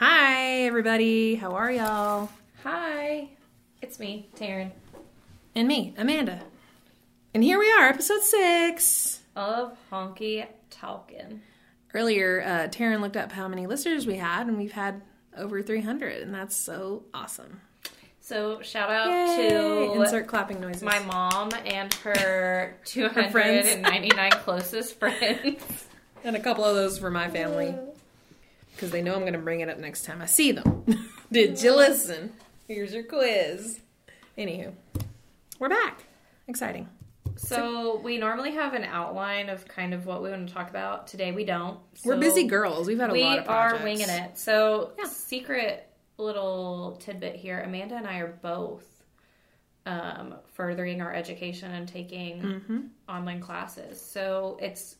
Hey, everybody. How are y'all? Hi, it's me, Taryn, And me, Amanda. And here we are, episode six. of Honky Talkin. Earlier, uh, Taryn looked up how many listeners we had, and we've had over 300, and that's so awesome. So shout out Yay. to Insert clapping noises. my mom and her friends. 299 closest friends. and a couple of those for my family. Because they know I'm going to bring it up next time I see them. Did you listen? Here's your quiz. Anywho, we're back. Exciting. So we normally have an outline of kind of what we want to talk about. Today we don't. we're So busy girls. We've had a We lot of are projects. winging it. So Yeah. secret little tidbit here: Amanda and I are both um, furthering our education and taking Mm-hmm. online classes. So it's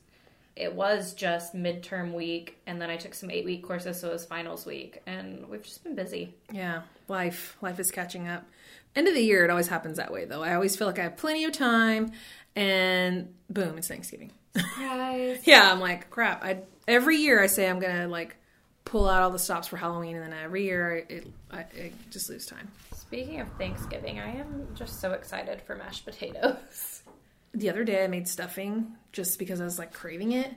it was just midterm week, and then I took some eight week courses, so it was finals week, and we've just been busy. Yeah, life life is catching up. End of the year, it always happens that way, though. I always feel like I have plenty of time, and boom, it's Thanksgiving. Guys, yeah, I'm like crap. I every year I say I'm gonna like pull out all the stops for Halloween, and then every year it, I, I just lose time. speaking of Thanksgiving, I am just so excited for mashed potatoes. The other day I made stuffing just because I was like craving it,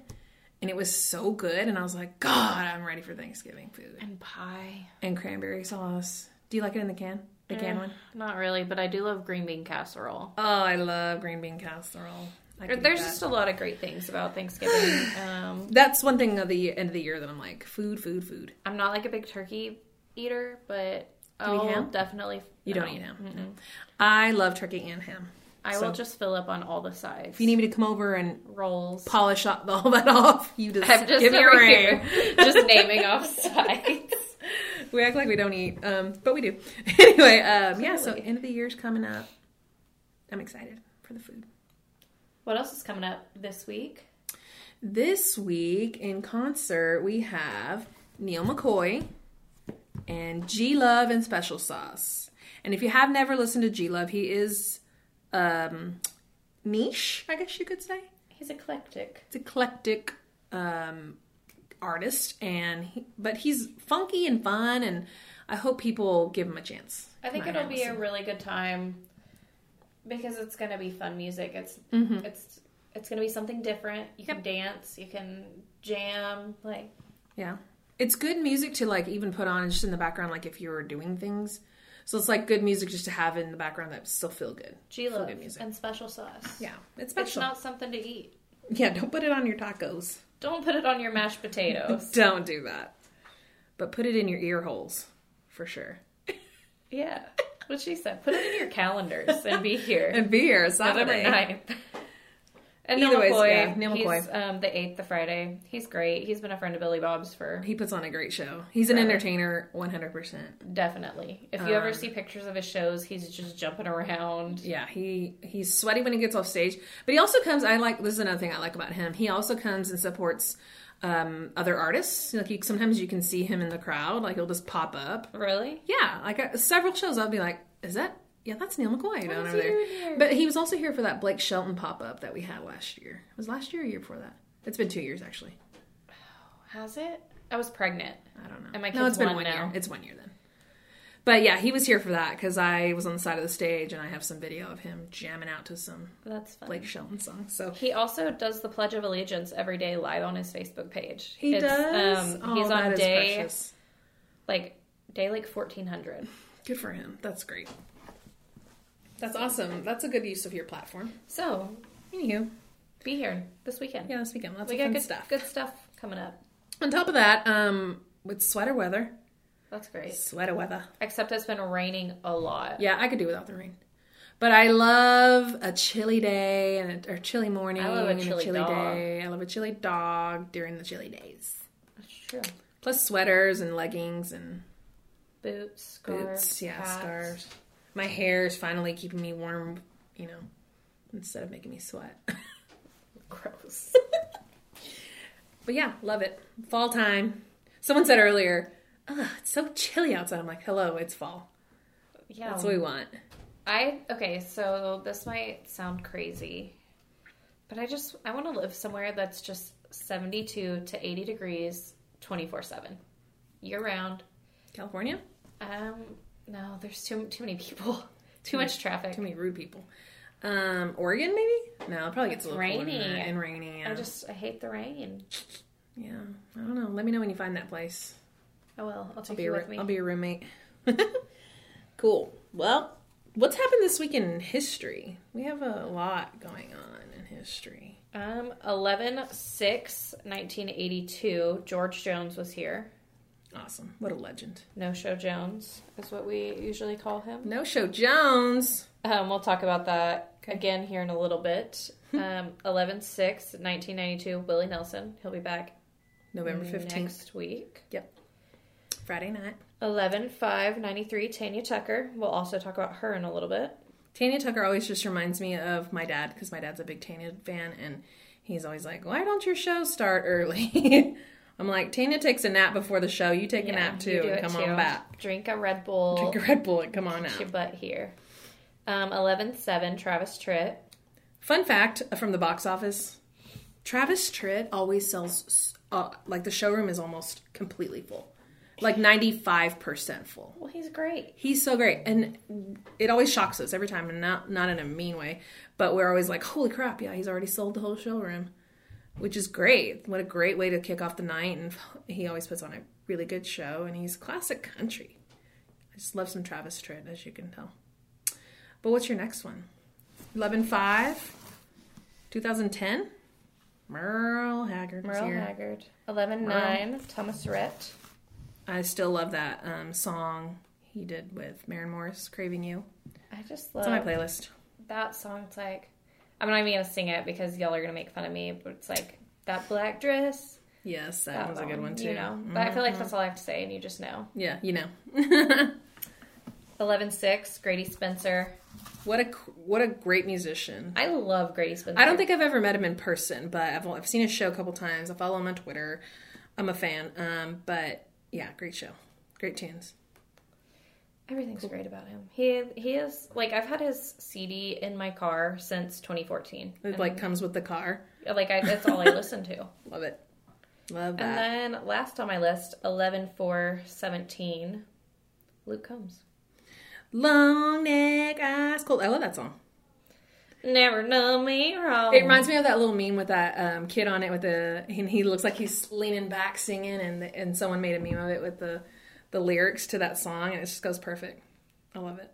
and it was so good, and I was like, God, I'm ready for Thanksgiving food And pie. and cranberry sauce. Do you like it in the can? The can one? Not really, but I do love green bean casserole. Oh, I love green bean casserole. I could eat There's that. just a lot of great things about Thanksgiving. Um, That's one thing of the end of the year that I'm like, food, food, food. I'm not like a big turkey eater, but you eat I'll ham? definitely. You no. don't eat ham. No. I love turkey and ham. I So- will just fill up on all the sides. If you need me to come over and rolls. polish up all that off, you just, I'm just give me a over ring. here, just naming off sides. We act like we don't eat, um, but we do. anyway, um, yeah. So Clearly. end of the year's coming up. I'm excited for the food. What else is coming up this week? This week in concert we have Neil McCoy and G Love and Special Sauce. And if you have never listened to G Love, he is um, niche, I guess you could say. He's eclectic. It's eclectic um, artist, and he, but he's funky and fun, and I hope people give him a chance. I think Might it'll not be a listen. really good time because it's gonna be fun music. It's Mm-hmm. it's it's gonna be something different. You can dance. You can jam. Like Yeah. It's good music to like even put on just in the background, like if you were doing things. So it's like good music just to have in the background that still feel good. G Love good music. and special sauce. Yeah, It's it's special. not something to eat. yeah, don't put it on your tacos. Don't put it on your mashed potatoes. Don't do that. But put it in your ear holes for sure. yeah. What she said. Put it in your calendars and be here. And beer November Saturday. 9th. And Either Neil ways, McCoy, yeah, Neil he's um, the 8th, the Friday. He's great. He's been a friend of Billy Bob's for He puts on a great show. He's an Right. entertainer, one hundred percent. definitely. If you ever Um, see pictures of his shows, he's just jumping around. Yeah, he he's sweaty when he gets off stage, but he also comes. I like this is another thing I like about him. He also comes and supports um, other artists. Like you, sometimes you can see him in the crowd. Like he'll just pop up. Really? Yeah, like uh, several shows. I'll be like, is that? Yeah, that's Neil McCoy down is over he there. in here? But he was also here for that Blake Shelton pop up that we had last year. It was last year or year before that. It's been two years actually. Has it? I was pregnant. I don't know. And my no, kid's it's been one one now. year. It's one year then. But yeah, he was here for that because I was on the side of the stage and I have some video of him jamming out to some That's fun. Blake Shelton song. So He also does the Pledge of Allegiance every day live on his Facebook page. He It's, does. Um, oh, he's on that is day precious. like day like 1400. Good for him. That's great. That's awesome. That's a good use of your platform. So Anywho, be here this weekend. yeah, this weekend lots we of got fun good stuff. Good stuff coming up. On top of that, um, with sweater weather, That's great. sweater weather. Except it's been raining a lot. Yeah, I could do without the rain, but I love a chilly day and a, or chilly morning. I love a and chilly dog. day. I love a chilly dog during the chilly days. That's true. Plus sweaters and leggings and Boots, scarves, boots. Yeah, hats. scarves. My hair is finally keeping me warm. You know, instead of making me sweat. Gross. But yeah, love it. Fall time. Someone said earlier, Ugh, it's so chilly outside. I'm like, hello, it's fall. Yeah. That's what we want. I okay. So this might sound crazy, but I just I want to live somewhere that's just seventy-two to eighty degrees, twenty-four seven, year round. California? Um, no, there's too too many people, too much traffic. Too many rude people. Um, Oregon, maybe? No, it probably gets It's a little cooler rainy. and rainy. Yeah. I just I hate the rain. yeah, I don't know. Let me know when you find that place. I will. Oh I'll I'll take be, you a, with roo- me. I'll be your roommate. cool. Well, what's happened this week in history? We have a lot going on in history. um, 11 6, 1982, George Jones was here. Awesome. What a legend. No Show Jones is what we usually call him. No Show Jones. Um, we'll talk about that again here in a little bit. Hmm. Um, 11 6, 1992, Willie Nelson. He'll be back November 15th, next week. Friday night. 11 5, 93, Tanya Tucker. We'll also talk about her in a little bit. Tanya Tucker always just reminds me of my dad because my dad's a big Tanya fan and he's always like, Why don't your show start early? I'm like, Tanya takes a nap before the show. You take a nap you too do and it come too. on back. Drink a Red Bull. Drink a Red Bull and come on Get out. your butt here. Um, 11 7, Travis Tritt. Fun fact from the box office Travis Tritt always sells, uh, like, the showroom is almost completely full, like 95% full. Well, he's great. He's so great, and it always shocks us every time, and not not in a mean way, but we're always like, "Holy crap! Yeah, he's already sold the whole showroom," which is great. What a great way to kick off the night, and he always puts on a really good show, and he's classic country. I just love some Travis Tritt, as you can tell. But what's your next one? Eleven five, two thousand ten. Merle Haggard. was Merle here. Haggard. 11 9, Thomas Rhett. I still love that um, song he did with Maren Morris, "Craving You." I just It's on my love playlist. that song. It's like, I'm not even going to sing it because y'all are going to make fun of me, but it's like, that black dress. Yes, that, That one's a good one too. Mm-hmm. You know, but I feel like that's all I have to say, and you just know. Yeah, you know. 11 6, Grady Spencer. what a what a great musician. I love Grady Spencer. I don't think I've ever met him in person, but I've I've seen his show a couple times. I follow him on Twitter. I'm a fan. Um, but yeah, great show, great tunes. Everything's great about him. He he is like I've had his CD in my car since 2014. It like comes with the car. Like I, that's all I listen to. Love it. And Love that. then last on my list, 11 4 17, Luke Combs. Long neck eyes cold. I love that song. Never know me wrong. It reminds me of that little meme with that um, kid on it with the and he looks like he's leaning back singing and the, and someone made a meme of it with the the lyrics to that song and it just goes perfect. I love it.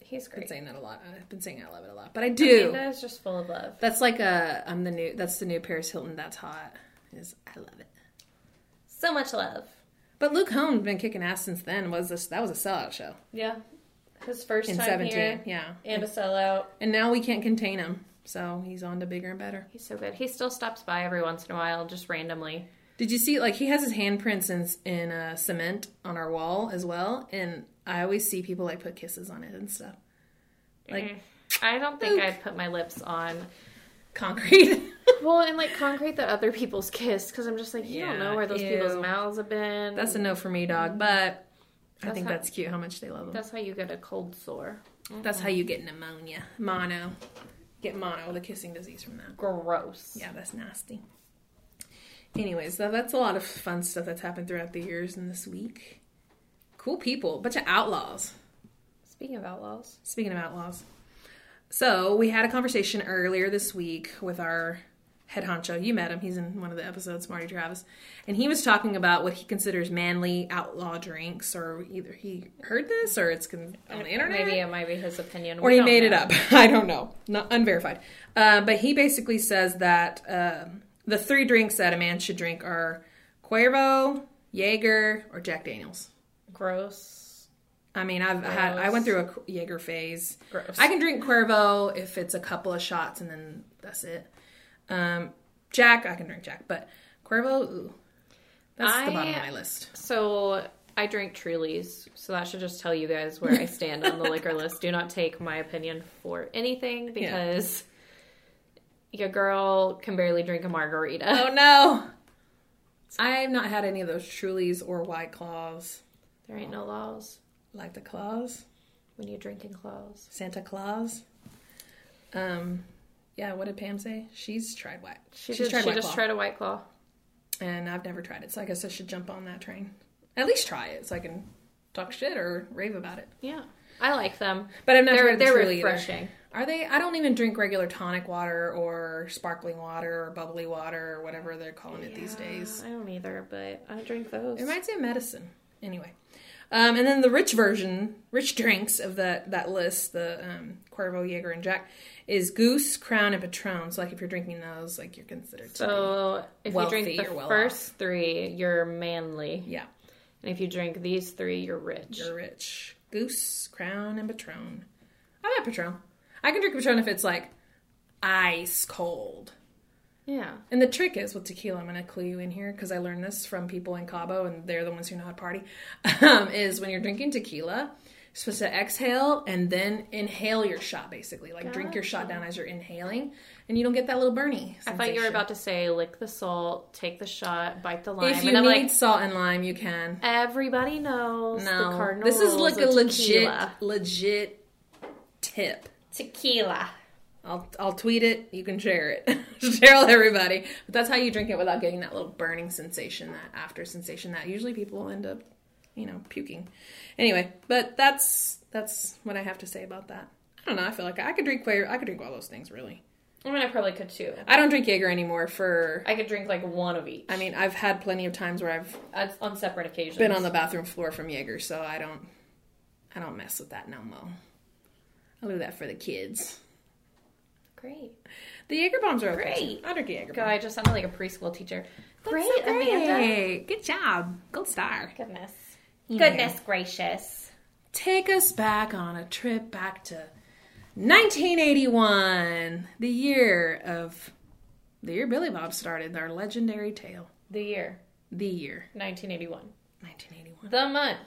He's I've been great. saying that a lot. I've been saying I love it a lot, but I do. Amanda is just full of love. That's like a I'm the new. That's the new Paris Hilton. That's hot. Is I love it. So much love. But Luke Holmes been kicking ass since then. Was this that was a sellout show Yeah. His first in time seventeen? here. Yeah, And a sellout. and now we can't contain him. So he's on to bigger and better. He's so good. He still stops by every once in a while, just randomly. Did you see like he has his handprints in in uh, cement on our wall as well? And I always see people like put kisses on it and stuff, like Mm. I don't think Luke. I'd put my lips on concrete. Well, and like concrete that other people's kiss because I'm just like you don't Yeah, know where those ew. people's mouths have been. that's a no for me, dog. But I That's think how- that's cute how much they love him. that's how you get a cold sore. That's how you get pneumonia. Mono. Get mono, the kissing disease from that. Gross. Yeah, that's nasty. Anyways, so that's a lot of fun stuff that's happened throughout the years and this week. Cool people. Bunch of outlaws. Speaking of outlaws, Speaking of outlaws. So, we had a conversation earlier this week with our head honcho. You met him. He's in one of the episodes, Marty Travis. And he was talking about what he considers manly outlaw drinks, or either he heard this or it's con- on the internet maybe it might be his opinion, or We he don't made it know. up. I don't know, not unverified. Uh, but he basically says that um, the three drinks that a man should drink are Cuervo, Jaeger, or Jack Daniels. Gross. I mean, I've had I went through a Jaeger phase. Gross. I can drink Cuervo if it's a couple of shots and then that's it. Um, Jack, I can drink Jack, but Cuervo, ooh, that's the bottom of I- my list. So I drink Trulies, so that should just tell you guys where I stand on the liquor list. Do not take my opinion for anything because your girl can barely drink a margarita. Oh no, I have not had any of those Trulies or White Claws, There ain't no laws like the claws. when you're drinking claws. Santa Claus. Um, yeah, what did Pam say? She's tried white. She, She's did, she White just Claw. tried a white claw. and I've never tried it, so I guess I should jump on that train. At least try it so I can talk shit or rave about it. Yeah. I like them. But I'm not They're, drinking they're Truly either. refreshing. Are they? I don't even drink regular tonic water or sparkling water or bubbly water or whatever they're calling it these Yeah, days. Uh, I don't either, but I drink those. It reminds me of medicine. Anyway. Um, and then the rich version, rich drinks of that, that list, the um, Cuervo, Jaeger, and Jack, is Goose, Crown, and Patron. So, like, if you're drinking those, like, you're considered to So if Wealthy, you drink you're the well first three, you're manly, be. Yeah, and if you drink these three, you're rich. you're rich. Goose, Crown, and Patron. I like Patron. I can drink Patron if it's, like, ice cold. Yeah, And the trick is with tequila, I'm going to clue you in here because I learned this from people in Cabo and they're the ones who know how to party. Um, is when you're drinking tequila, you're supposed to exhale and then inhale your shot, basically. Like drink your shot down as you're inhaling and you don't get that little burny. I thought you were sensation. about to say lick the salt, take the shot, bite the lime, If you and I'm need like, salt and lime, you can. everybody knows No. the cardinal. this is like a rules of legit, tequila. legit tip. tequila. I'll, I'll tweet it. You can share it. share with everybody. But that's how you drink it without getting that little burning sensation, that after sensation that usually people end up, you know, puking. Anyway, but that's that's what I have to say about that. I don't know. I feel like I could drink Quaker. I could drink all those things really. I mean, I probably could too. I don't drink Jaeger anymore. For I could drink like one of each. I mean, I've had plenty of times where I've on, on separate occasions. been on the bathroom floor from Jaeger, so I don't I don't mess with that no more. I'll do that for the kids. great. The Jaeger bombs are okay. Great. I drink Jaeger. God, I just sounded like a preschool teacher. That's so great, Good job. Gold star. Goodness. Goodness gracious. Take us back on a trip back to 1981, the year of the year Billy Bob started our legendary tale. The year The year 1981. 1981, The month,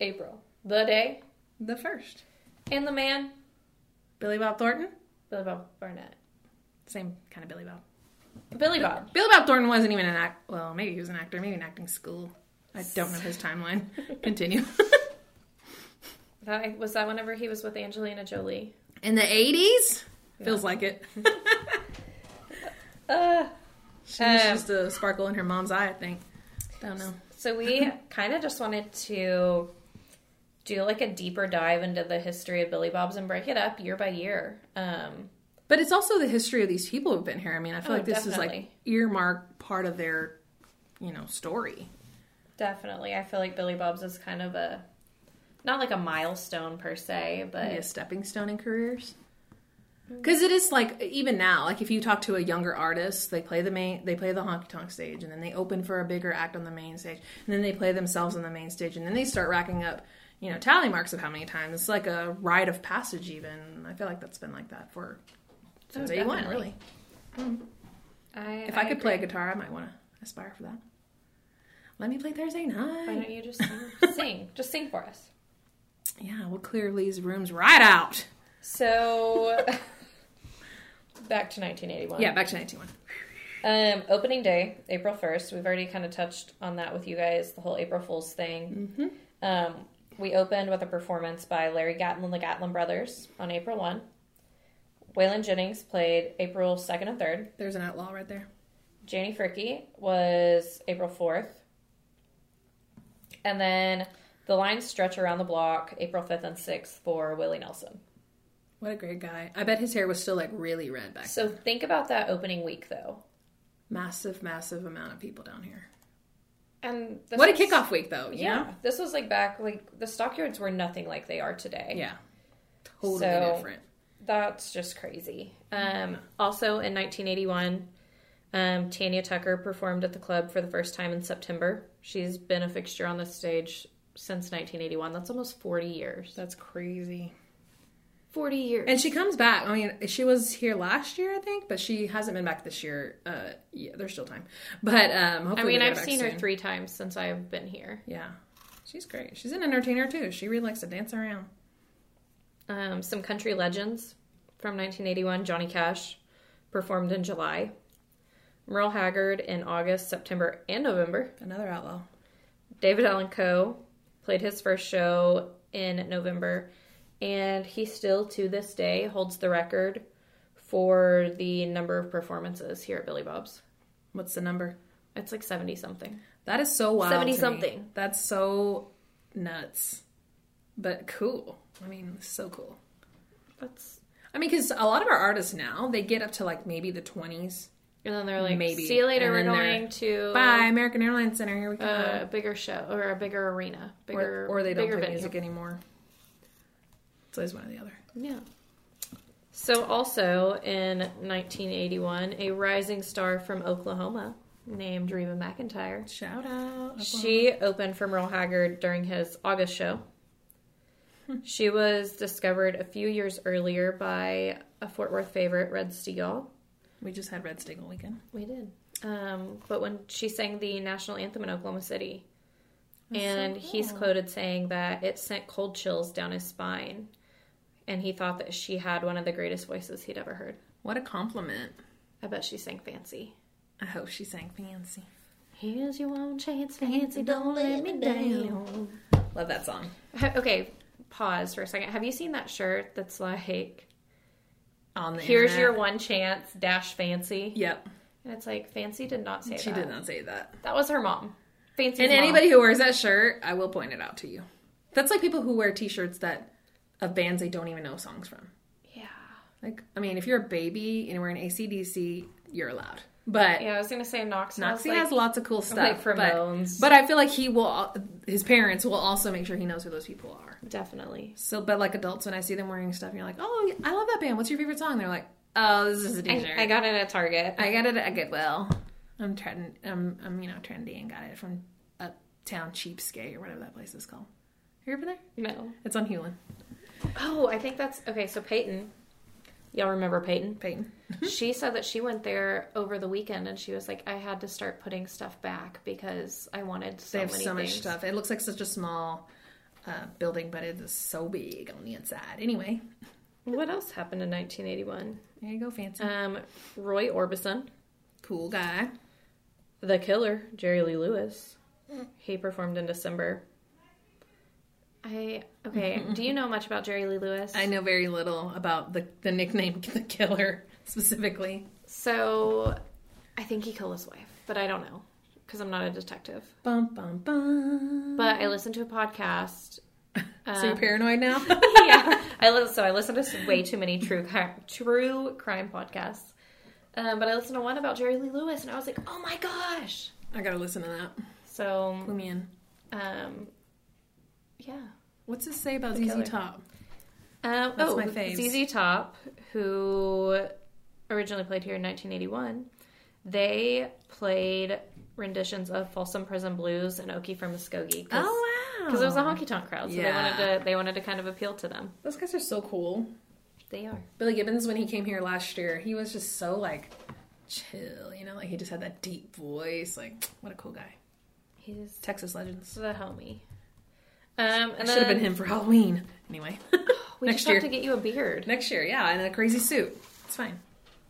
April. The day, the first. and the man, Billy Bob Thornton, Billy Bob Barnett. same kind of Billy Bob. Billy Bob. Billy Bob Thornton wasn't even an act. Well, maybe he was an actor. Maybe an acting school. I don't know his timeline. Continue. That, was that whenever he was with Angelina Jolie? In the 80s, feels like it. Uh, She was Um, just a sparkle in her mom's eye, I think. Don't know. so we kind of just wanted to do like a deeper dive into the history of Billy Bob's and break it up year by year. Um, But it's also the history of these people who've been here. I mean, I feel Oh, like this is like definitely. earmark part of their, you know, story. definitely, I feel like Billy Bob's is kind of a not like a milestone per se, but Maybe a stepping stone in careers. Because it is like even now, like if you talk to a younger artist, they play the main, they play the honky tonk stage, and then they open for a bigger act on the main stage, and then they play themselves on the main stage, and then they start racking up, you know, tally marks of how many times. It's like a rite of passage. Even I feel like that's been like that for since Oh, eighty one, definitely. really. I, If I, could agree. play a guitar, I might want to aspire for that. Let me play Thursday why night. don't you just sing? Just sing for us. Yeah, we'll clear these rooms right out. So back to 1981. Yeah, back to 91. Um, opening day, April 1st. We've already kind of touched on that with you guys, the whole April Fool's thing. Mm-hmm. Um, we opened with a performance by Larry Gatlin and the Gatlin Brothers on April 1. Waylon Jennings played April 2nd and 3rd. There's an outlaw right there. Janie Fricky was April 4th. And then the lines stretch around the block April 5th and 6th for Willie Nelson. What a great guy. I bet his hair was still like really red back. So think about that opening week, though. Massive, massive amount of people down here. And this What a was- kickoff week, though. you Yeah, know? this was like back like the stockyards were nothing like they are today. Yeah. Totally So- different. that's just crazy. Um, also in 1981, um, Tanya Tucker performed at the club for the first time in September. She's been a fixture on the stage since 1981. That's almost 40 years. That's crazy. 40 years. And she comes back. I mean, she was here last year, I think, but she hasn't been back this year. Uh, yeah, there's still time. But um, hopefully, I we mean, get I've back seen soon. her three times since I've been here. Yeah. She's great. She's an entertainer too. She really likes to dance around. Um, some country legends from 1981. Johnny Cash performed in July. Merle Haggard in August, September, and November. Another outlaw. David Allen Coe played his first show in November, and he still to this day holds the record for the number of performances here at Billy Bob's. What's the number? It's like 70 something. That is so wild. 70 to me. something. That's so nuts, but cool. I mean, so cool. That's I mean, because a lot of our artists now they get up to like maybe the twenties. and then they're like, Maybe. see you later. And We're then they're- going to Bye, American Airlines Center. Here we go. a bigger show or a bigger arena, Uh, bigger or, or they don't bigger play venue. music anymore. It's always one or the other. Yeah. So also in 1981, a rising star from Oklahoma named Reba McIntyre. Shout out. She opened for Merle Haggard during his August show. She was discovered a few years earlier by a Fort Worth favorite, Red Steele. we just had Red Stingle weekend. We did. Um, but when she sang the national anthem in Oklahoma City, and he's quoted saying that it sent cold chills down his spine, and he thought that she had one of the greatest voices he'd ever heard. What a compliment. I bet she sang fancy. I hope she sang fancy. Here's your one chance, fancy, don't let me down. Love that song. Ha- Okay, pause for a second. Have you seen that shirt that's like, On the here's internet. your one chance, dash fancy? Yep. And it's like, fancy did not say She that. did not say that. That was her mom. Fancy. And anybody who wears that shirt, I will point it out to you. That's like people who wear T-shirts that of bands they don't even know songs from. Yeah. Like, I mean, if you're a baby and we're in ACDC, you're allowed. But Yeah, I was gonna say Knox. and I was Noxie like, has lots of cool stuff. like but, Ramones. but I feel like he will. His parents will also make sure he knows who those people are. definitely. So, but like adults, when I see them wearing stuff, you're like, "Oh, I love that band. What's your favorite song?" They're like, "Oh, this is a I, T-shirt. I got it at Target. I got it at Goodwill. I'm trend. I'm, I'm you know trendy and got it from Uptown Cheapskate or whatever that place is called. Have you ever been there? no. It's on Hewlin. Oh, I think that's okay. So Peyton, y'all remember Peyton? Peyton. she said that she went there over the weekend and she was like, I had to start putting stuff back because I wanted so They have many so much things. stuff. It looks like such a small uh, building, but it is so big on the inside. Anyway, What else happened in 1981? there you go, fancy. Um, Roy Orbison, cool guy. The Killer, Jerry Lee Lewis. He performed in December. I okay. Do you know much about Jerry Lee Lewis? I know very little about the, the nickname the killer specifically. So, I think he killed his wife, but I don't know because I'm not a detective. Bum bum bum. But I listened to a podcast. so Uh, you're paranoid now? yeah, I listen. So I listen to way too many true crime, true crime podcasts. Um, but I listened to one about Jerry Lee Lewis, and I was like, oh my gosh. I gotta listen to that. Clue So, me in. um, yeah. What's this say about The ZZ killer. Top? Um, That's oh, my fave. ZZ Top, who originally played here in 1981, they played renditions of Folsom Prison Blues and Okie from Muskogee. 'cause- wow! because it was a honky tonk crowd, so Oh. Yeah. they wanted to they wanted to kind of appeal to them. Those guys are so cool. They are. Billy Gibbons, when he came here last year, he was just so like chill, you know, like he just had that deep voice. Like, what a cool guy. He's Texas Legends. the homie. Um, That and should have been then him for Halloween. Anyway, we next just year. have to get you a beard. Next year, yeah, in a crazy suit. It's fine.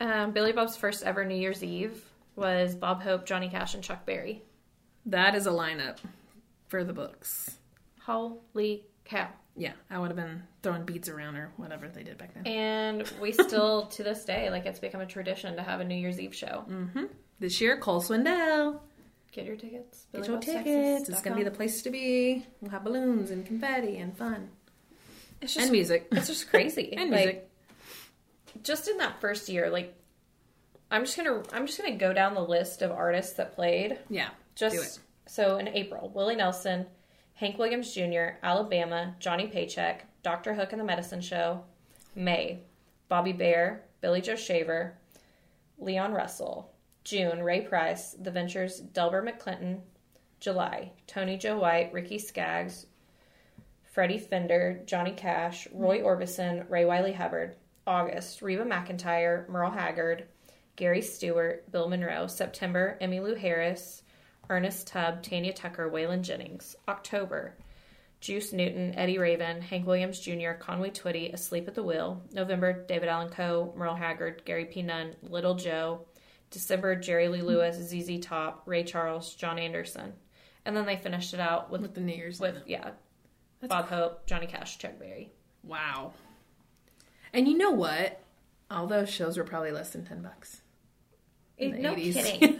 Um, Billy Bob's first ever New Year's Eve was Bob Hope, Johnny Cash, and Chuck Berry. That is a lineup for the books. Holy cow! Yeah, I would have been throwing beads around or whatever they did back then. And we still, to this day, like it's become a tradition to have a New Year's Eve show. Mm. This year, Cole Swindell. Get your tickets. Get your tickets. It's going to be the place to be. We'll have balloons and confetti and fun. It's And just, music. it's just crazy. And like, music. Just in that first year, like I'm just gonna I'm just gonna go down the list of artists that played. Yeah. Just do it. so in April, Willie Nelson, Hank Williams Jr., Alabama, Johnny Paycheck, Dr. Hook and the Medicine Show, May, Bobby Bear, Billy Joe Shaver, Leon Russell, June, Ray Price, The Ventures, Delbert McClinton, July, Tony Joe White, Ricky Skaggs, Freddie Fender, Johnny Cash, Roy Orbison, Ray Wiley Hubbard, August, Reba McIntyre, Merle Haggard, Gary Stewart, Bill Monroe, September, Emmy Lou Harris, Ernest Tubb, Tanya Tucker, Waylon Jennings, October, Juice Newton, Eddie Raven, Hank Williams Jr., Conway Twitty, Asleep at the Wheel, November, David Allen Coe, Merle Haggard, Gary P. Nunn, Little Joe, December, Jerry Lee Lewis, ZZ Top, Ray Charles, John Anderson. And then they finished it out with, With the New Year's. with lineup. yeah, That's Bob Hope, Johnny Cash, Chuck Berry. Wow. And you know what? All those shows were probably less than 10 bucks. In the no 80s. kidding.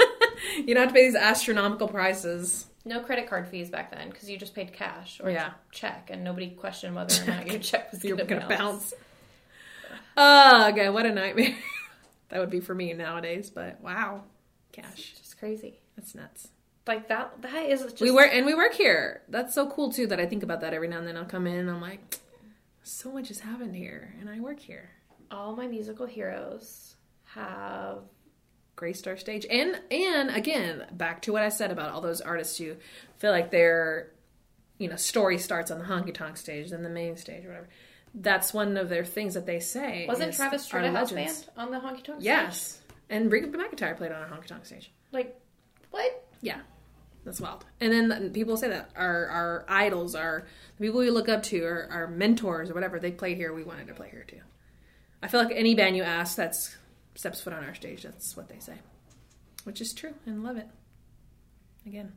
You don't have to pay these astronomical prices. No credit card fees back then because you just paid cash or Yeah. check, and nobody questioned whether or not your check was You're going gonna to bounce. bounce. Ugh, okay, what a nightmare. that would be for me nowadays, but wow. Cash. It's just crazy. That's nuts. Like that. That is just we work and we work here. That's so cool too that I think about that every now and then. I'll come in and I'm like, so much has happened here, and I work here. all my musical heroes have Gray Star Stage. And and again, back to what I said about all those artists who feel like their you know, story starts on the honky tonk stage, then the main stage, or whatever. That's one of their things that they say. Wasn't is Travis our Strata house legends. band on the honky tonk? stage? Yes. And Reba McIntyre played on a honky tonk stage. Like what? Yeah, that's wild. And then people say that our our idols, our the people we look up to, our, our mentors or whatever, they play here. We wanted to play here too. I feel like any band you ask that's steps foot on our stage, that's what they say, which is true and love it. Again,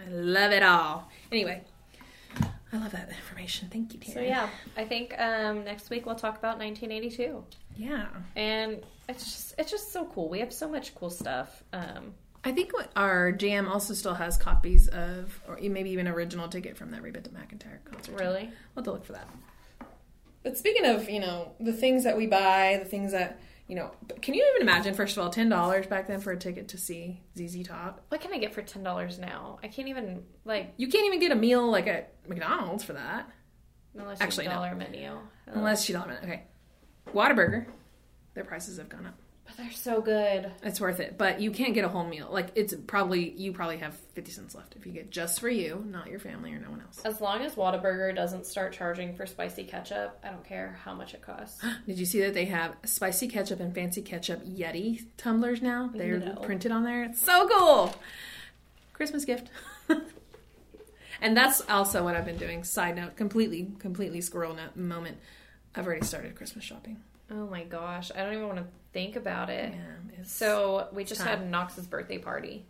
I love it all. Anyway, I love that information. Thank you, dear. So yeah, I think um, next week we'll talk about 1982, yeah. and it's just it's just so cool. We have so much cool stuff. Um, I think what our jam also still has copies of, or e, maybe even original ticket from that Reba McIntyre concert. really, We'll have to look for that. But speaking of, you know, the things that we buy, the things that, you know, can you even imagine, first of all, $10 back then for a ticket to see ZZ Top? what can I get for ten dollars now? I can't even like You can't even get a meal like at McDonald's for that. unless Actually, Actually, no. dollar menu. Ugh. Unless you don't have it. Okay. Whataburger, their prices have gone up. but they're so good. It's worth it. But you can't get a whole meal. Like, it's probably, you probably have 50 cents left if you get just for you, not your family or no one else. As long as Whataburger doesn't start charging for spicy ketchup, I don't care how much it costs. Did you see that they have spicy ketchup and fancy ketchup Yeti tumblers now? They're No. printed on there. It's so cool. Christmas gift. and that's also what I've been doing. Side note, completely, completely squirrel note moment. I've already started Christmas shopping. oh my gosh, I don't even want to think about it. Yeah, it's, So we just time. had Knox's birthday party.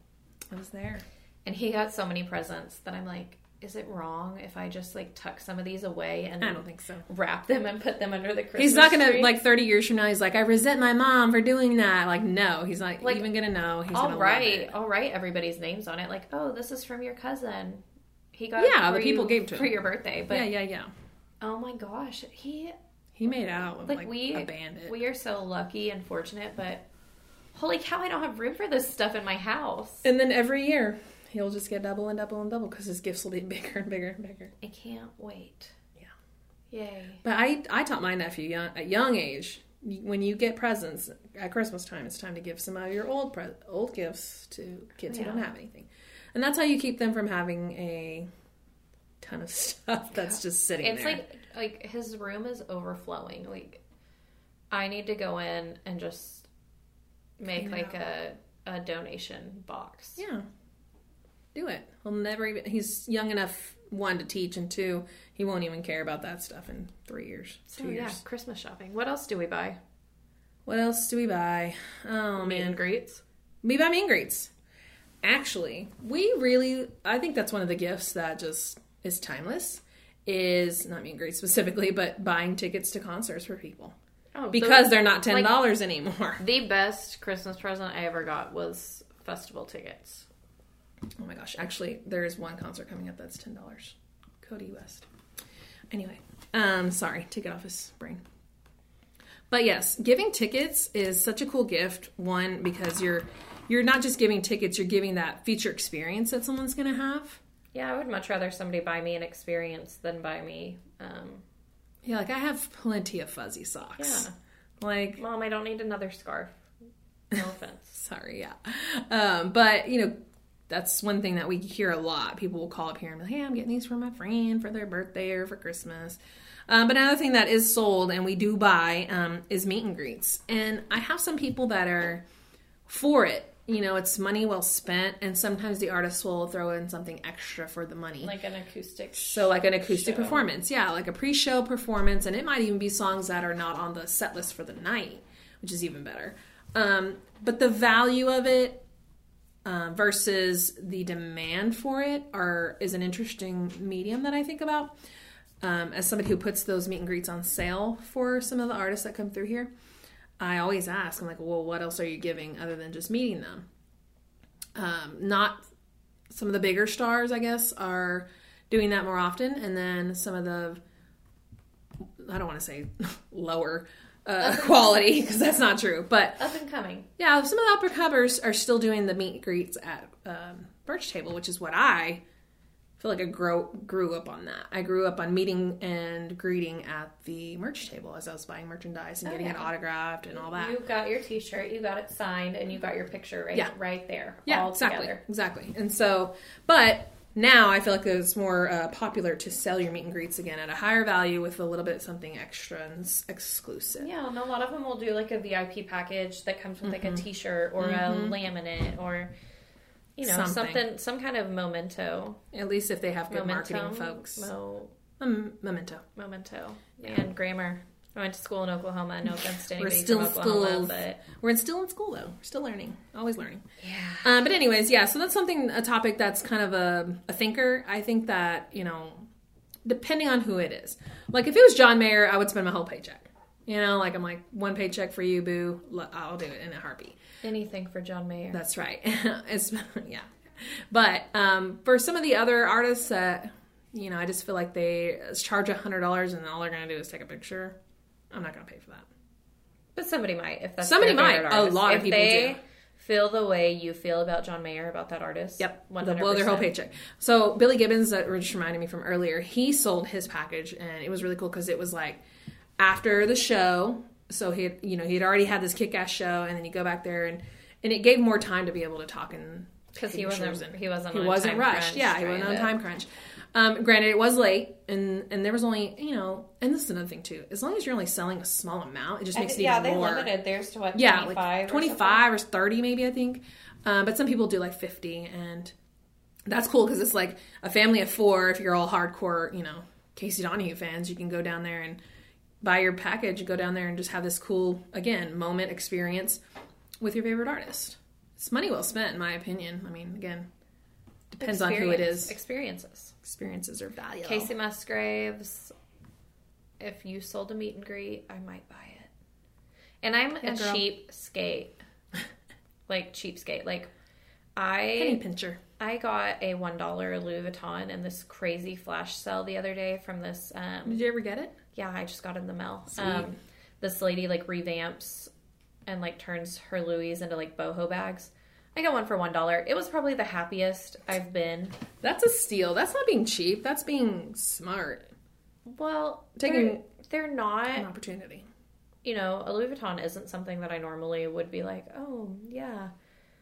I was there. And he got so many presents that I'm like, is it wrong if I just like tuck some of these away and I don't think so. wrap them and put them under the Christmas He's not gonna tree? like thirty years from now. He's like, I resent my mom for doing that. Like, no, he's not Like, even gonna know. He's all gonna right, all right, everybody's names on it. Like, oh, this is from your cousin. He got it Yeah, for the people you- gave to for him. your birthday. But But yeah, yeah, yeah. oh my gosh, he He made out with, like, like, we a bandit. we are so lucky and fortunate. But holy cow, I don't have room for this stuff in my house. And then every year, he'll just get double and double and double because his gifts will be bigger and bigger and bigger. I can't wait. Yeah. Yay. But I, I taught my nephew young, at young age, y- when you get presents at Christmas time, it's time to give some of your old pre- old gifts to kids who Yeah. don't have anything, and that's how you keep them from having a ton of stuff that's just sitting It's there. like like his room is overflowing. Like I need to go in and just make Clean it like a a donation box. yeah, do it. He'll never even. He's young enough one to teach, and two, he won't even care about that stuff in three years, So two yeah, years. Christmas shopping. What else do we buy? What else do we buy? Oh Meet man, and greets. We buy meet and greets. Actually, we really I think that's one of the gifts that just is timeless is not meet and greets specifically, but buying tickets to concerts for people. Oh, Because so they're not ten dollars anymore. the best Christmas present I ever got was festival tickets. Oh my gosh. Actually there is one concert coming up that's ten dollars. Cody West. Anyway, um sorry, ticket office brain. But yes, giving tickets is such a cool gift. One, because you're you're not just giving tickets, you're giving that future experience that someone's gonna have. Yeah, I would much rather somebody buy me an experience than buy me. Um, Yeah, like I have plenty of fuzzy socks. yeah, Like, mom, I don't need another scarf. No offense. sorry, yeah. Um, but, you know, that's one thing that we hear a lot. People will call up here and be like, hey, I'm getting these for my friend for their birthday or for Christmas. Um, but another thing that is sold and we do buy um, is meet and greets. And I have some people that are for it. You know, it's money well spent. And sometimes the artists will throw in something extra for the money. like an acoustic. So like an acoustic show. performance, yeah, like a pre-show performance, and it might even be songs that are not on the set list for the night, which is even better. Um, but the value of it um, versus the demand for it are is an interesting medium that I think about. Um, as somebody who puts those meet and greets on sale for some of the artists that come through here, I always ask, I'm like, well, what else are you giving other than just meeting them? um, not some of the bigger stars, I guess, are doing that more often, and then some of the I don't want to say lower uh, quality because that's not true, but Up and coming. yeah, some of the upper covers are still doing the meet and greets at um, Birch Table, which is what I feel like I grow, grew up on that. I grew up on meeting and greeting at the merch table as I was buying merchandise and getting it yeah. autographed and all that. You got your T-shirt, you got it signed, and you got your picture right Yeah. right there. yeah, all exactly, together. exactly. And so, but now I feel like it's more uh, popular to sell your meet and greets again at a higher value with a little bit something extra and s- exclusive. Yeah, and a lot of them will do like a VIP package that comes with Mm-hmm. like a T-shirt or a laminate or You know, Something. Mm-hmm. something. some kind of memento. At least if they have good marketing Momentum, folks. Mo- Um, memento. memento. And grammar. I went to school in Oklahoma. No offense to We're anybody still from Oklahoma, schools. but We're still in school though. We're still learning. Always learning. yeah. Um, but anyways, yeah. So that's something a topic that's kind of a, a thinker. I think that you know, depending on who it is. Like if it was John Mayer, I would spend my whole paycheck. You know, like I'm like one paycheck for you, boo. L- I'll do it in a heartbeat. Anything for John Mayer. That's right. it's yeah. But um, for some of the other artists that you know, I just feel like they charge a hundred dollars and all they're gonna do is take a picture. I'm not gonna pay for that. But somebody might. If that's Somebody their might. favorite A artist. lot of If people they do. Feel the way you feel about John Mayer about that artist. Yep, one They'll hundred. blow their whole paycheck. So Billy Gibbons, that just reminded me from earlier, he sold his package, and it was really cool because it was like after the show. So he, had, you know, he had already had this kick-ass show, and then you go back there, and and it gave more time to be able to talk and Because he take pictures wasn't. and- He wasn't. he on a wasn't time rushed. crunch Yeah, he trying wasn't on to- time crunch. Um, granted, it was late, and and there was only you know, and this is another thing too. As long as you're only selling a small amount, it just I makes it think- yeah, even they more limited theirs to what yeah, 25 like or 25 or, 30 maybe i think um, but some people do like 50 and that's cool because it's like a family of four if you're all hardcore you know casey donahue fans you can go down there and buy your package go down there and just have this cool again moment experience with your favorite artist it's money well spent in my opinion i mean again depends on who it Experience- is Experiences. experiences are valuable Casey Musgraves. If you sold a meet and greet, I might buy it. And I'm Yeah, a girl. cheap skate, like cheapskate. Like penny I pincher I got a one dollar Louis Vuitton in this crazy flash sale the other day from this. Um, did you ever get it yeah, I just got it in the mail. Um, this lady like revamps and like turns her Louis into like boho bags. I got one for one dollar. It was probably the happiest I've been. that's a steal that's not being cheap that's being smart Well, Taking- they're, they're not an opportunity you know, a Louis Vuitton isn't something that I normally would be like, oh, yeah.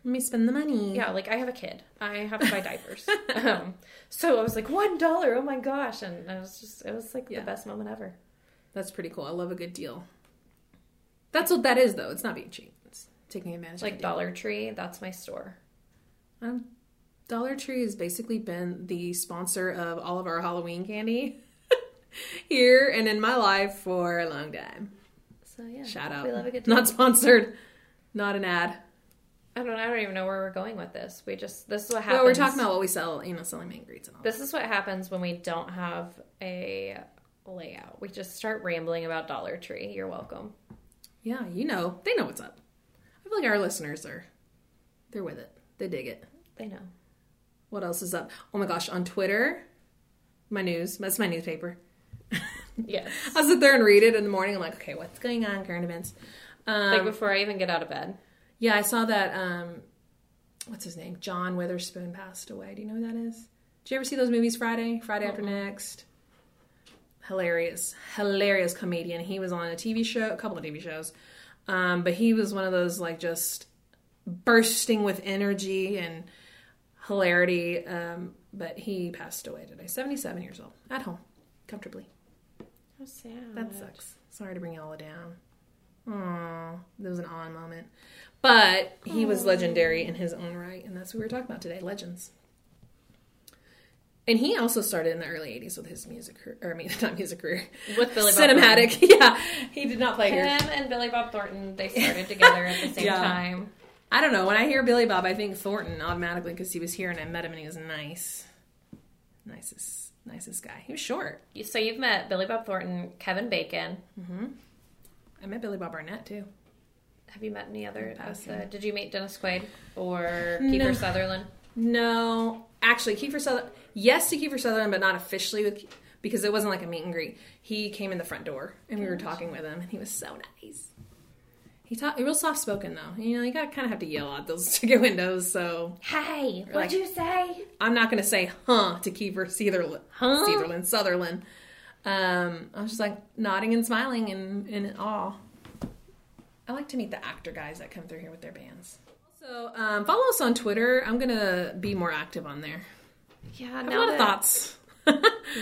let me spend the money Yeah, like I have a kid. I have to buy diapers. um, so I was like, $1, oh my gosh. And I was just, it was like Yeah. the best moment ever. That's pretty cool. I love a good deal. That's what that is, though. It's not being cheap. It's taking advantage. Like of a deal. Dollar Tree, that's my store. Um, Dollar Tree has basically been the sponsor of all of our Halloween candy here and in my life for a long time. So yeah. Shout out. We love a good Not sponsored. Not an ad. I don't, I don't even know where we're going with this. We just, this is what happens. But we're talking about what we sell. You know, selling main greets and all. This is what happens when we don't have a layout. We just start rambling about Dollar Tree. You're welcome. Yeah, you know, they know what's up. I feel like our listeners are, they're with it. They dig it. They know. What else is up? Oh my gosh, on Twitter, my news. That's my newspaper. Yes. I sit there and read it in the morning. I'm like, okay, what's going on? Current events. Um, like before I even get out of bed. yeah, I saw that. Um, what's his name? John Witherspoon passed away. Do you know who that is? Did you ever see those movies Friday? Friday After Next. Hilarious, hilarious comedian. He was on a TV show, a couple of TV shows, um, but he was one of those like just bursting with energy and hilarity. Um, but he passed away today, 77 years old, at home, comfortably. How sad. That sucks. Oh, Sorry to bring y'all down. Aww, that was an on moment. But he was legendary in his own right, and that's what we were talking about today legends. And he also started in the early 80s with his music career, or I mean, not music career, with Billy Bob cinematic. Yeah, he did not play Thornton. here. Him and Billy Bob Thornton, they started together at the same Yeah. time. I don't know. When I hear Billy Bob, I think Thornton automatically because he was here and I met him and he was nice. Nicest, nicest guy. He was short. You- So you've met Billy Bob Thornton, Kevin Bacon. I met Billy Bob Barnett too. Have you met any other? Pass of him. the- did you meet Dennis Quaid or Kiefer No. Sutherland? No, actually, Kiefer Sutherland. Yes, to Kiefer Sutherland, but not officially with because it wasn't like a meet and greet. He came in the front door and we were talking with him, and he was so nice. He talked real soft spoken though. You know, you gotta kind of have to yell at those ticket windows. So Hey, what'd like- you say? I'm not gonna say huh to Kiefer Sutherland. Huh? Sutherland. Sutherland. Um, I was just like nodding and smiling and in awe. I like to meet the actor guys that come through here with their bands. Also, um, follow us on Twitter. I'm gonna be more active on there. Yeah, I have a now lot that, of thoughts.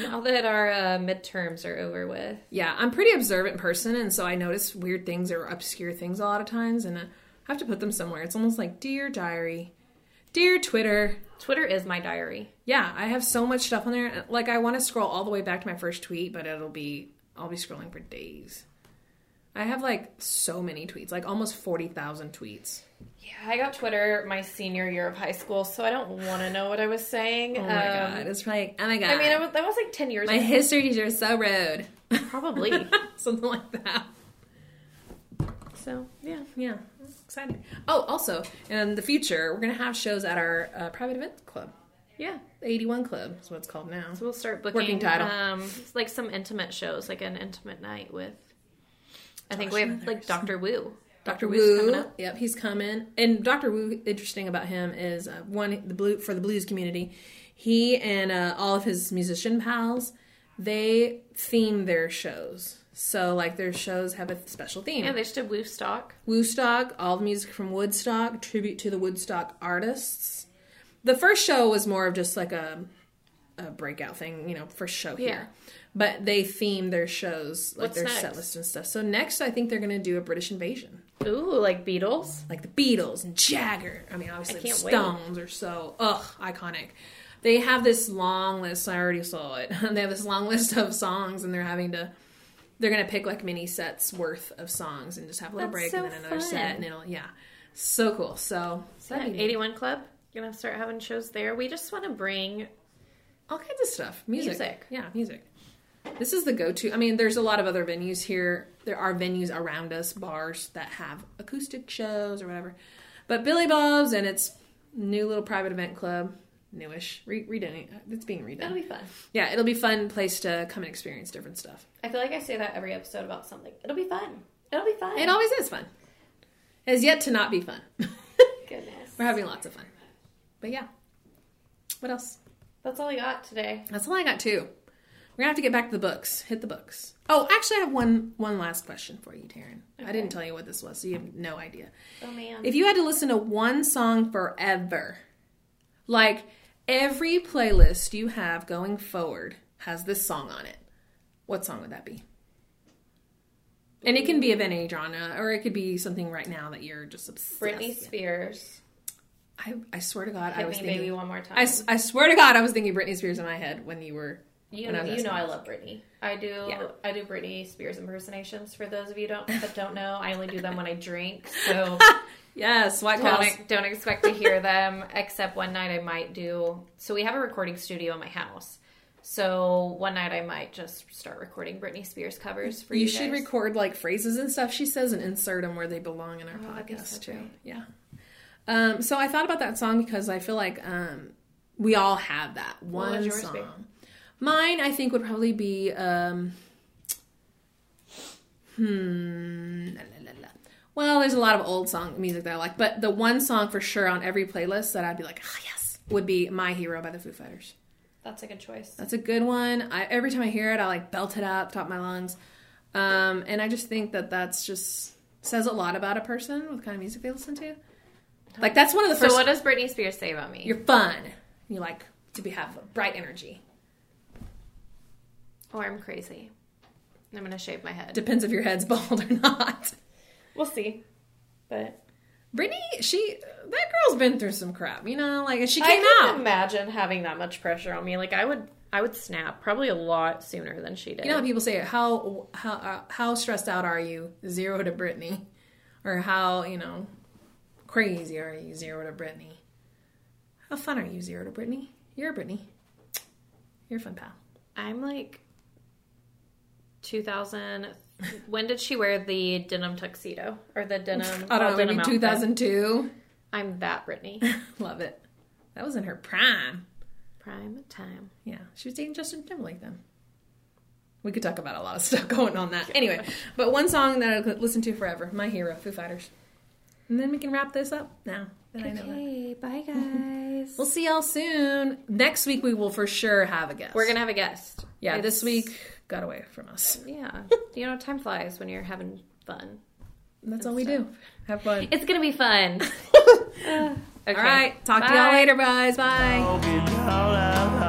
now that our uh, midterms are over with, yeah, I'm a pretty observant person, and so I notice weird things or obscure things a lot of times, and I have to put them somewhere. It's almost like dear diary, dear Twitter. Twitter is my diary. Yeah, I have so much stuff on there. Like I want to scroll all the way back to my first tweet, but it'll be I'll be scrolling for days. I have like so many tweets, like almost forty thousand tweets. Yeah, I got Twitter my senior year of high school, so I don't want to know what I was saying. Um, Oh my god, it's like oh my god. I mean, I was, that was like ten years my ago. history teacher is so rude. Probably. something like that. So yeah, Yeah, exciting. Oh, also, in the future, we're going to have shows at our uh, private event club. yeah. The 81 Club is what it's called now. So we'll start booking Working title. um, like some intimate shows, like an intimate night with. I think Josh we have like Mathers. Doctor Wu. Dr. Wu's coming Wu. up. Yep, he's coming. And Dr. Wu, interesting about him is uh, one, the blue for the blues community, he and uh, all of his musician pals, they theme their shows. So, like, their shows have a special theme. Yeah, they just did Wu Stock. Woodstock, all the music from Woodstock, tribute to the Woodstock artists. The first show was more of just like a a breakout thing, you know, first show here. But they theme their shows, like What's their next? set list and stuff. So next, I think they're going to do a British invasion, Ooh, like Beatles. like the Beatles and Jagger. I mean, obviously I can't the wait. Stones are so ugh iconic. They have this long list. I already saw it. they have this long list of songs, and they're having to. They're gonna pick like mini sets worth of songs and just have a little That's break so and then another fun. set, and it'll yeah, so cool. So Yeah, that'd be neat. 81 Club. Gonna start having shows there. We just want to bring all kinds of stuff, music. Music. yeah, music. This is the go-to. I mean, there's a lot of other venues here. There are venues around us, bars that have acoustic shows or whatever. But Billy Bob's and its new little private event club, newish, re- redone. It's being That'll redone. be fun. Yeah, it'll be fun place to come and experience different stuff. I feel like I say that every episode about something. It'll be fun. It'll be fun. It always is fun. It has yet to not be fun. Goodness. We're having lots of fun. But yeah, what else? That's all I got today. That's all I got too. We're gonna have to get back to the books. Hit the books. Oh, actually, I have one one last question for you, Taryn. I didn't tell you what this was, so you have no idea. Oh man. If you had to listen to one song forever, like every playlist you have going forward has this song on it, what song would that be? And it can be of any genre, or it could be something right now that you're just obsessed. Britney with. Spears. I, I swear to God, I Hit was me, thinking. baby, one more time. I, s- I swear to God, I was thinking Britney Spears in my head when you were you when I was you know asking. I love Britney. I do. Yeah. I do Britney Spears impersonations. For those of you don't that don't know, I only do them when I drink. So Yes, White Claws. don't, don't expect to hear them except one night i might do so we have a recording studio in my house so one night i might just start recording britney spears covers for you, You should guys. record like phrases and stuff she says and insert them where they belong in our Oh, that'd be podcast so too. great. Yeah. Um, so I thought about that song because I feel like um, we all have that What one would yours song. be? Mine, I think, would probably be. Um, hmm. la, la, la, la. Well, there's a lot of old song music that I like, but the one song for sure on every playlist that I'd be like, ah, yes, would be "My Hero" by the Foo Fighters. that's a good choice That's a good one. I, every time I hear it, I like belt it out, top of my lungs. Um, and I just think that that's just says a lot about a person, what kind of music they listen to. Like that's one of the so first. what does britney spears say about me you're fun. You like to be have bright energy. or Oh, i'm crazy i'm gonna shave my head Depends if your head's bald or not. we'll see but Brittany, she that girl's been through some crap, you know. Like and she i came can't out. imagine having that much pressure on me like i would i would snap probably a lot sooner than she did You know how people say how how uh, how stressed out are you zero to Britney, or how you know crazy are you zero to Britney? How fun are you zero to Britney? You're a Britney. You're a fun pal. i'm like 2000. When did she wear the denim tuxedo or the denim? I all don't know, denim maybe outfit? 2002. I'm that Brittany. Love it. That was in her prime. Prime time. Yeah, she was dating Justin Timberlake then. We could talk about a lot of stuff going on that. Anyway, but one song that I could listen to forever, My Hero, Foo Fighters. And then we can wrap this up now that I know that. Okay, bye guys. We'll see y'all soon. Next week we will for sure have a guest. We're gonna have a guest. Yeah, It's- this week got away from us. Yeah, you know, time flies when you're having fun. That's all we do. Have fun. It's gonna be fun. Uh, All right. Talk to y'all Bye. later, guys. Bye. I'll be all I